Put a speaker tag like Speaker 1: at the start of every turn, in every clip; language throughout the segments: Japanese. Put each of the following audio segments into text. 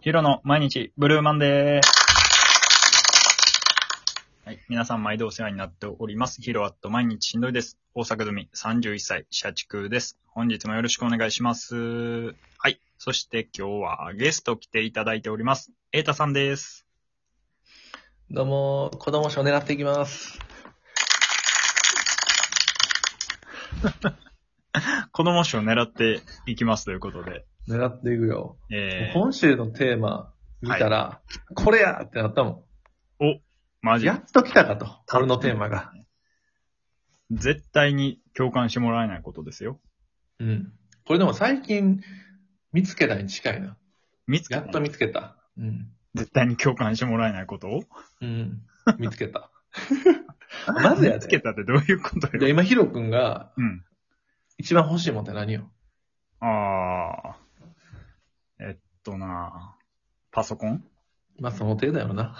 Speaker 1: ヒロの毎日ブルーマンデー。はい。皆さん毎度お世話になっております。ヒロアット毎日しんどいです。大阪組31歳、社畜です。本日もよろしくお願いします。はい。そして今日はゲスト来ていただいております。エータさんです。
Speaker 2: どうも、子供賞狙っていきます。
Speaker 1: 子供賞を狙っていきますということで。
Speaker 2: 狙っていくよ。
Speaker 1: えー、
Speaker 2: 今週のテーマ見たら、これやってなったも
Speaker 1: マ
Speaker 2: ん。
Speaker 1: ジ
Speaker 2: やっと来たかと。俺のテーマが。。
Speaker 1: 絶対に共感してもらえないことですよ。
Speaker 2: うん。これでも最近見つけたに近いな。
Speaker 1: 見つけ
Speaker 2: や
Speaker 1: た
Speaker 2: っと見つけた。うん。
Speaker 1: 絶対に共感してもらえないことを
Speaker 2: うん。見つけ た。まずや
Speaker 1: 見つけ
Speaker 2: で。
Speaker 1: たってどういうこと
Speaker 2: で
Speaker 1: よ。
Speaker 2: 今ヒロ君が
Speaker 1: うん。
Speaker 2: 一番欲しいもんって何よ
Speaker 1: ああ。えっとなパソコン
Speaker 2: まあその程度やろ な。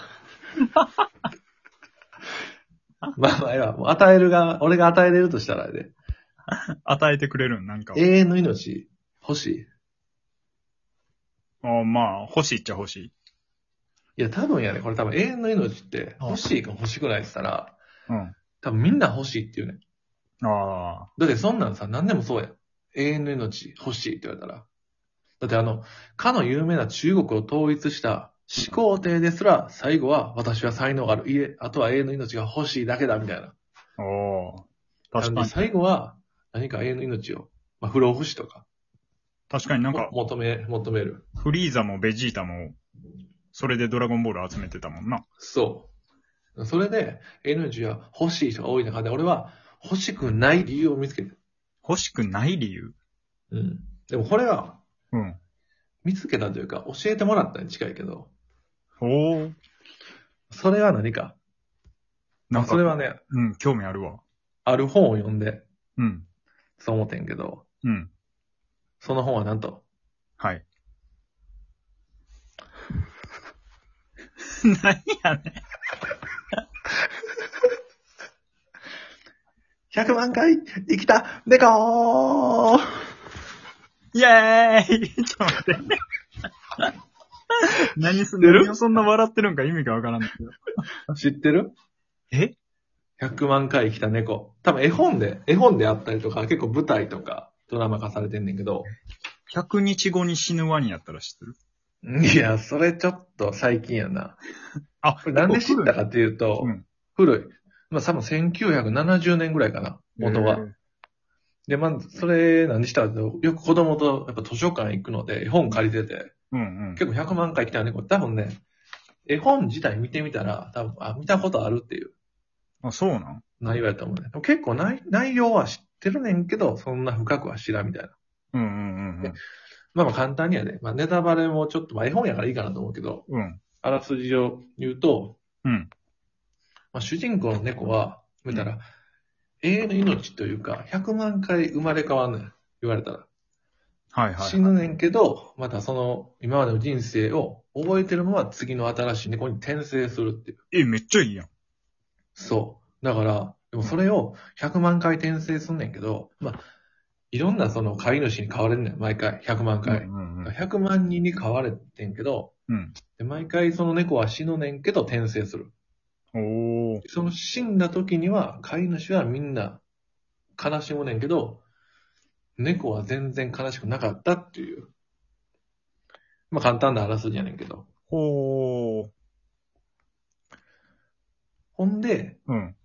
Speaker 2: まあまあええわ、もう与えるが、俺が与えれるとしたらやで。
Speaker 1: 与えてくれるんなんかを。
Speaker 2: 永遠の命、欲しい。
Speaker 1: あーまあ、欲しいっちゃ欲しい。
Speaker 2: いや、多分やね、これ多分永遠の命って欲しいか欲しくないって言ったら、
Speaker 1: うん。
Speaker 2: 多分みんな欲しいって言うね。
Speaker 1: ああ。
Speaker 2: だってそんなんさ、何でもそうやん。永遠の命欲しいって言われたら。だってあの、かの有名な中国を統一した始皇帝ですら、最後は私は才能がある。いえ、あとは永遠の命が欲しいだけだ、みたいな。
Speaker 1: おー確
Speaker 2: な
Speaker 1: か
Speaker 2: んで
Speaker 1: に、
Speaker 2: 最後は何か永遠の命を、まあ、不老不死とか、
Speaker 1: 確かになんか、
Speaker 2: も求め、求める。
Speaker 1: フリーザもベジータも、それでドラゴンボール集めてたもんな。
Speaker 2: そう。それで、永遠の命が欲しい人が多い中で、俺は欲しくない理由を見つけて。
Speaker 1: 欲しくない理由
Speaker 2: うん。でもこれは、
Speaker 1: うん。
Speaker 2: 見つけたというか、教えてもらったに近いけど、
Speaker 1: おお。
Speaker 2: それは何か。
Speaker 1: なんか、
Speaker 2: それはね、
Speaker 1: うん、興味あるわ。
Speaker 2: ある本を読んで、
Speaker 1: うん。
Speaker 2: そう思ってんけど、
Speaker 1: うん。
Speaker 2: その本はなんと、
Speaker 1: はい。 何やねん。
Speaker 2: 100万回生きたデコー
Speaker 1: イェーイ ちょっと待って。何すん
Speaker 2: 知ってる
Speaker 1: 何をそんな笑ってるんか意味がわからんけど。
Speaker 2: 知ってる
Speaker 1: え
Speaker 2: ?100 万回生きた猫。多分絵本で、絵本であったりとか、結構舞台とか、ドラマ化されてんねんけど、
Speaker 1: ?100 日後に死ぬワニやったら知ってる
Speaker 2: いや、それちょっと最近やな。
Speaker 1: あ、
Speaker 2: これなんで知ったかっていうと、
Speaker 1: うん
Speaker 2: 古い。まあ多分1970年ぐらいかな、元は。で、まず、それ、何したかというとよく子供と、やっぱ図書館行くので、絵本借りてて、
Speaker 1: うんうん。
Speaker 2: 結構100万回来たね、これ多分ね、絵本自体見てみたら、多分、あ、見たことあるっていう
Speaker 1: あ、そうなん
Speaker 2: 内容やと思うね。でも結構内内容は知ってるねんけど、そんな深くは知らんみたいな。
Speaker 1: うんうんうん
Speaker 2: まあまあ簡単にはね、まあネタバレもちょっと、まあ絵本やからいいかなと思うけど、
Speaker 1: うん。うん。
Speaker 2: あらすじを言うと、
Speaker 1: うん。
Speaker 2: まあ主人公の猫は、見たら、永遠の命というか、100万回生まれ変わんねん、言われたら。
Speaker 1: はいはい。
Speaker 2: 死ぬねんけど、またその今までの人生を覚えてるまま次の新しい猫に転生するっていう。
Speaker 1: え、めっちゃいいやん。
Speaker 2: そう。だから、でもそれを100万回転生すんねんけど、まあ、いろんなその飼い主に飼われんねん、毎回。100万回。
Speaker 1: うんうんうん。
Speaker 2: 100万人に飼われてんけど、
Speaker 1: うん
Speaker 2: で毎回その猫は死ぬねんけど転生する。
Speaker 1: おー。
Speaker 2: その死んだ時には飼い主はみんな悲しむねんけど、猫は全然悲しくなかったっていう。まあ簡単なあらすじやねんけど。
Speaker 1: ほー。
Speaker 2: ほんで、
Speaker 1: うん。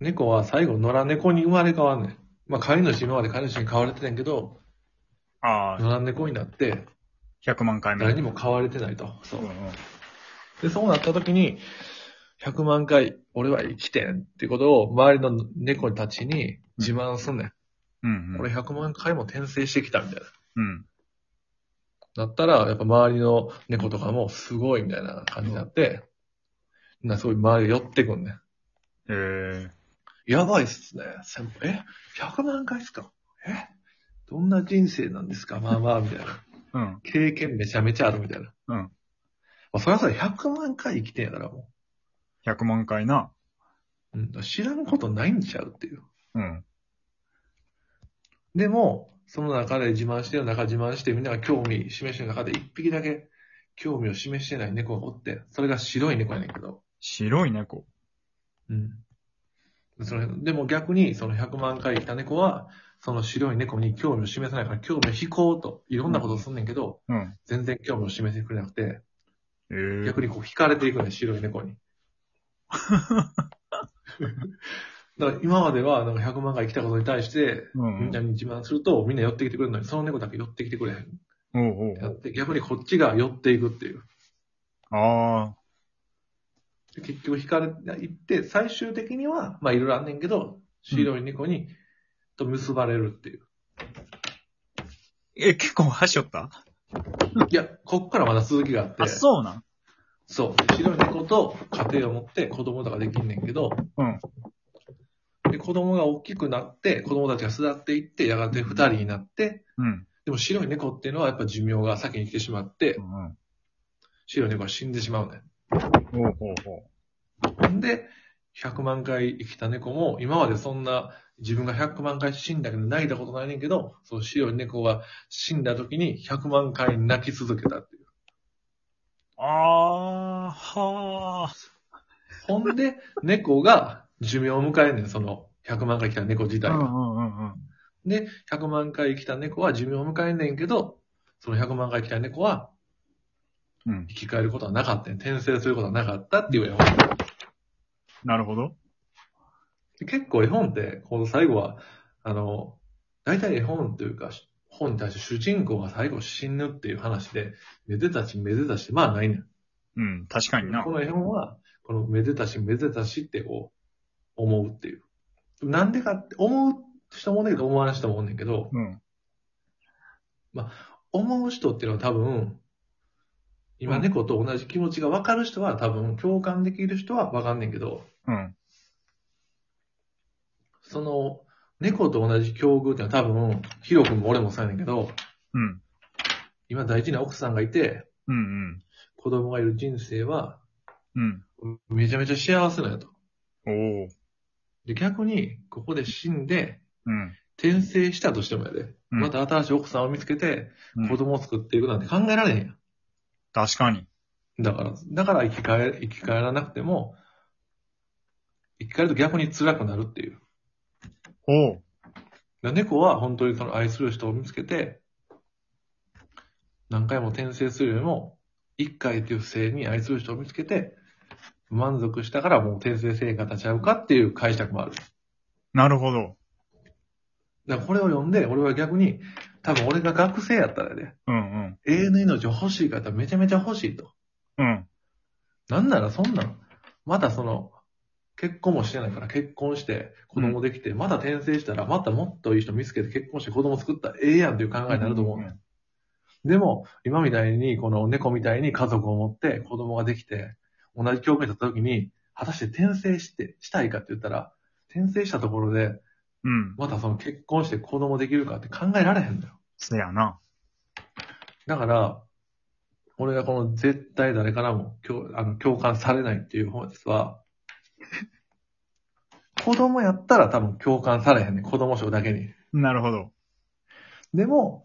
Speaker 2: 猫は最後野良猫に生まれ変わんねん。まあ飼い主今まで飼い主に飼われてたんやけど、
Speaker 1: あ
Speaker 2: 野良猫になって
Speaker 1: ー、100万回目。
Speaker 2: 誰にも飼われてないと。そ
Speaker 1: うんう
Speaker 2: う。
Speaker 1: ん。
Speaker 2: で、そうなった時に、100万回俺は生きてんってことを周りの猫たちに自慢すんね。
Speaker 1: うんうんん。
Speaker 2: 俺100万回も転生してきたみたいな。
Speaker 1: うん。
Speaker 2: だったら、やっぱ周りの猫とかもすごいみたいな感じになって、みんなすごい周りが寄ってくんね。
Speaker 1: えー。
Speaker 2: やばいっすね。先輩、え ?100 万回っすかえどんな人生なんですかまあまあ、みたいな。
Speaker 1: うん。
Speaker 2: 経験めちゃめちゃあるみたいな。
Speaker 1: うん
Speaker 2: まあ、そりゃそれ100万回生きてんやからも
Speaker 1: 100万回な。
Speaker 2: う。うん、知らんことないんちゃうっていう。
Speaker 1: うん。
Speaker 2: でも、その中で自慢してる中、自慢してみんなが興味示してる中で一匹だけ興味を示してない猫がおって、それが白い猫やねんけど。
Speaker 1: 白い猫。
Speaker 2: うん。そのでも逆に、その100万回いた猫は、その白い猫に興味を示さないから、興味を引こうと、いろんなことをすんねんけど、
Speaker 1: うん。
Speaker 2: 全然興味を示してくれなくて、
Speaker 1: えー、
Speaker 2: 逆にこう惹かれていくねん、白い猫に。だから今までは、なんか100万回来たことに対して、
Speaker 1: う
Speaker 2: みん
Speaker 1: ん
Speaker 2: な。に自慢すると、みんな寄ってきてくれるのに、その猫だけ寄ってきてくれへん。
Speaker 1: おうおう
Speaker 2: やって、逆にこっちが寄っていくっていう。
Speaker 1: ああ、
Speaker 2: で結局惹かれていって、最終的には、まあいろいろあんねんけど、白い猫に、と結ばれるっていう。
Speaker 1: え、結構はしょった
Speaker 2: いや、こっからまだ続きがあって、
Speaker 1: あ、そうなん
Speaker 2: そう。白い猫と家庭を持って子供とかできんねんけど、
Speaker 1: うん
Speaker 2: で、子供が大きくなって、子供たちが育っていって、やがて二人になって、
Speaker 1: うん。
Speaker 2: でも白い猫っていうのはやっぱ寿命が先に来てしまって
Speaker 1: う、ん
Speaker 2: 白い猫は死んでしまうねん。
Speaker 1: うん。おうおうおう。
Speaker 2: で、100万回生きた猫も、今までそんな、自分が100万回死んだけど泣いたことないねんけど、その白い猫が死んだ時に100万回泣き続けたっていう。
Speaker 1: ああ、はあ。
Speaker 2: ほんで、猫が寿命を迎えんねん、その100万回生きた猫自
Speaker 1: う
Speaker 2: 体
Speaker 1: んう
Speaker 2: が。
Speaker 1: んうんうん。
Speaker 2: で、100万回生きた猫は寿命を迎えんねんけど、その100万回生きた猫は
Speaker 1: うん。
Speaker 2: 生き返ることはなかったん転生することはなかったっていう絵本。
Speaker 1: なるほど。
Speaker 2: で結構絵本って、この最後は、あの、大体絵本というか、し本に対して主人公が最後死ぬっていう話で、めでたしめでたし、まあないねん。
Speaker 1: うん、確かにな
Speaker 2: こ。の絵本は、このめでたしめでたしってこう、思うっていう。なんでかって、思う人もおんねんけど、思わない人もおんねんけど、
Speaker 1: うん。
Speaker 2: 思う人っていうのは多分、今
Speaker 1: うん
Speaker 2: 猫と同じ気持ちが分かる人は多分共感できる人は分かんねんけど、
Speaker 1: うん。
Speaker 2: その猫と同じ境遇っていうのは多分、ヒロ君も俺もそうやねんけど、
Speaker 1: うん。
Speaker 2: 今大事な奥さんがいて、
Speaker 1: うん
Speaker 2: 子供がいる人生は
Speaker 1: うん。
Speaker 2: めちゃめちゃ幸せなんやと。
Speaker 1: うん。おお。
Speaker 2: で、逆にここで死んで
Speaker 1: うん。
Speaker 2: 転生したとしてもやで、
Speaker 1: うん
Speaker 2: また新しい奥さんを見つけて
Speaker 1: うん
Speaker 2: 子供を作っていくなんて考えられへんやん。
Speaker 1: 確かに。
Speaker 2: だから、だから生き返、生き返らなくても、生き返ると逆に辛くなるっていう。
Speaker 1: おう。
Speaker 2: だから猫は本当にその愛する人を見つけて、何回も転生するよりも、一回という性に愛する人を見つけて、満足したからもう転生性が立ち会うかっていう解釈もある。
Speaker 1: なるほど。
Speaker 2: だからこれを読んで、俺は逆に、多分俺が学生やったらね、
Speaker 1: うんうん。
Speaker 2: 永遠の命を欲しい方めちゃめちゃ欲しいと。
Speaker 1: うん。
Speaker 2: なんならそんなん、またその、結婚もしてないから結婚して子供できて、また転生したらまたもっといい人見つけて結婚して子供作ったらええやんっていう考えになると思うね、ん。でも、今みたいに、この猫みたいに家族を持って子供ができて、同じ境界に立った時に、果たして転生して、したいかって言ったら、転生したところで、
Speaker 1: うん。
Speaker 2: またその結婚して子供できるかって考えられへんのよ。
Speaker 1: せやな。
Speaker 2: だから、俺がこの絶対誰からも共あの共感されないっていう本ですは、 子供やったら多分共感されへんねん。子供賞だけに。
Speaker 1: なるほど。
Speaker 2: でも、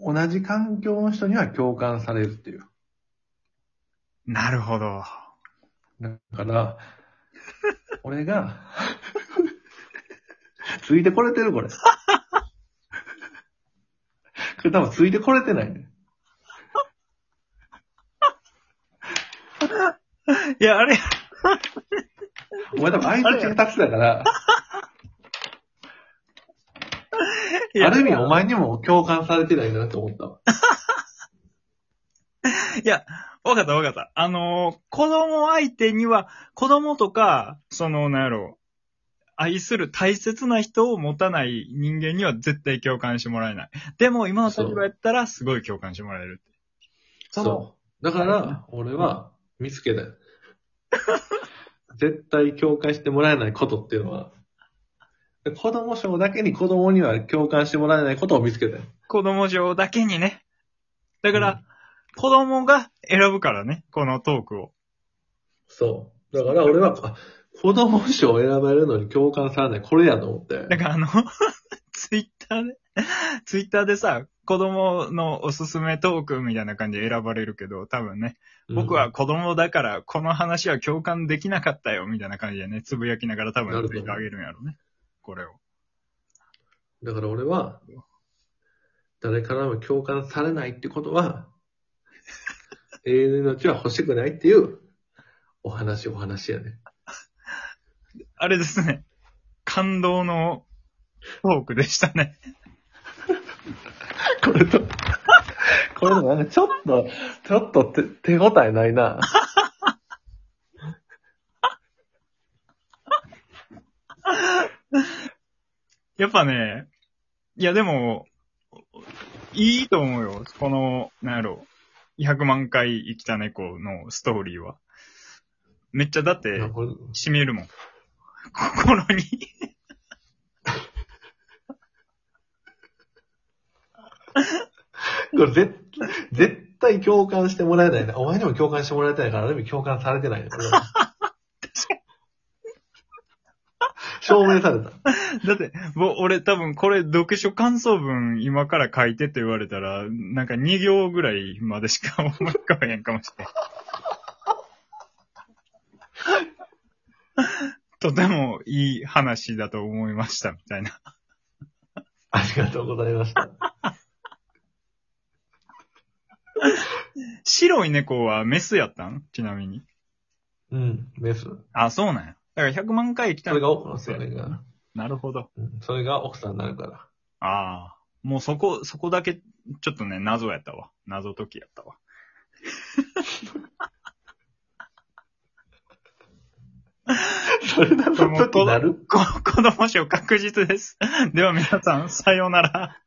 Speaker 2: 同じ環境の人には共感されるっていう。
Speaker 1: なるほど。
Speaker 2: だから、俺が、ついてこれてるこれ。これ多分ついてこれてないね。
Speaker 1: いや、あれ、
Speaker 2: お前多分相手下手くそだから、
Speaker 1: いや
Speaker 2: ある意味お前にも共感されてないなと思ったわ。
Speaker 1: わかったわかった。あのー子供相手には、子供とか、その、なんやろ愛する大切な人を持たない人間には絶対共感してもらえない。でも、今の立場やったら、すごい共感してもらえる。その
Speaker 2: そう。だから、俺は見つけたよ。絶対共感してもらえないことっていうのは、子供賞だけに子供には共感してもらえないことを見つけたよ。
Speaker 1: 子供上だけにね。だから、
Speaker 2: うん
Speaker 1: 子供が選ぶからね、このトークを。
Speaker 2: そう。だから俺は、あ子供賞を選ばれるのに共感されない、これやと思って。
Speaker 1: だからあの、 ツイッターで、ツイッターでさ、子供のおすすめトークみたいな感じで選ばれるけど、多分ね、僕は子供だからこの話は共感できなかったよみたいな感じでね、つぶやきながら多
Speaker 2: な
Speaker 1: 分
Speaker 2: るほど
Speaker 1: ツイートあげるんやろうね。これを。
Speaker 2: だから俺は、誰からも共感されないってことは、 永遠の命は欲しくないっていう、お話、お話やね。
Speaker 1: あれですね。感動のトークでしたね。
Speaker 2: これと、 これとなんかちょっと、ちょっと手手応えないな。
Speaker 1: やっぱね、いやでも、いいと思うよ。この、なんやろ、100万回生きた猫のストーリーは。めっちゃだって、
Speaker 2: これ
Speaker 1: 染みるもん。 心に。
Speaker 2: これ絶絶対共感してもらえないな。お前にも共感してもらいたいから、でも共感されてないね。これは証明された。
Speaker 1: だって、ぼ俺多分これ読書感想文今から書いてって言われたら、なんか2行ぐらいまでしか思い浮かばへんかもしれん。 とてもいい話だと思いました、みたいな。
Speaker 2: ありがとうございました。
Speaker 1: 白い猫はメスやったんちなみに。
Speaker 2: うん、メス。
Speaker 1: あ、そうなんや。だから100万回来た
Speaker 2: それが奥のそれが、
Speaker 1: なるほど。
Speaker 2: うんそれが奥さんになるから。
Speaker 1: ああ。もうそこ、そこだけ、ちょっとね、謎やったわ。謎解きやったわ。
Speaker 2: それだと時なる
Speaker 1: こ子供賞確実です。では皆さん、さようなら。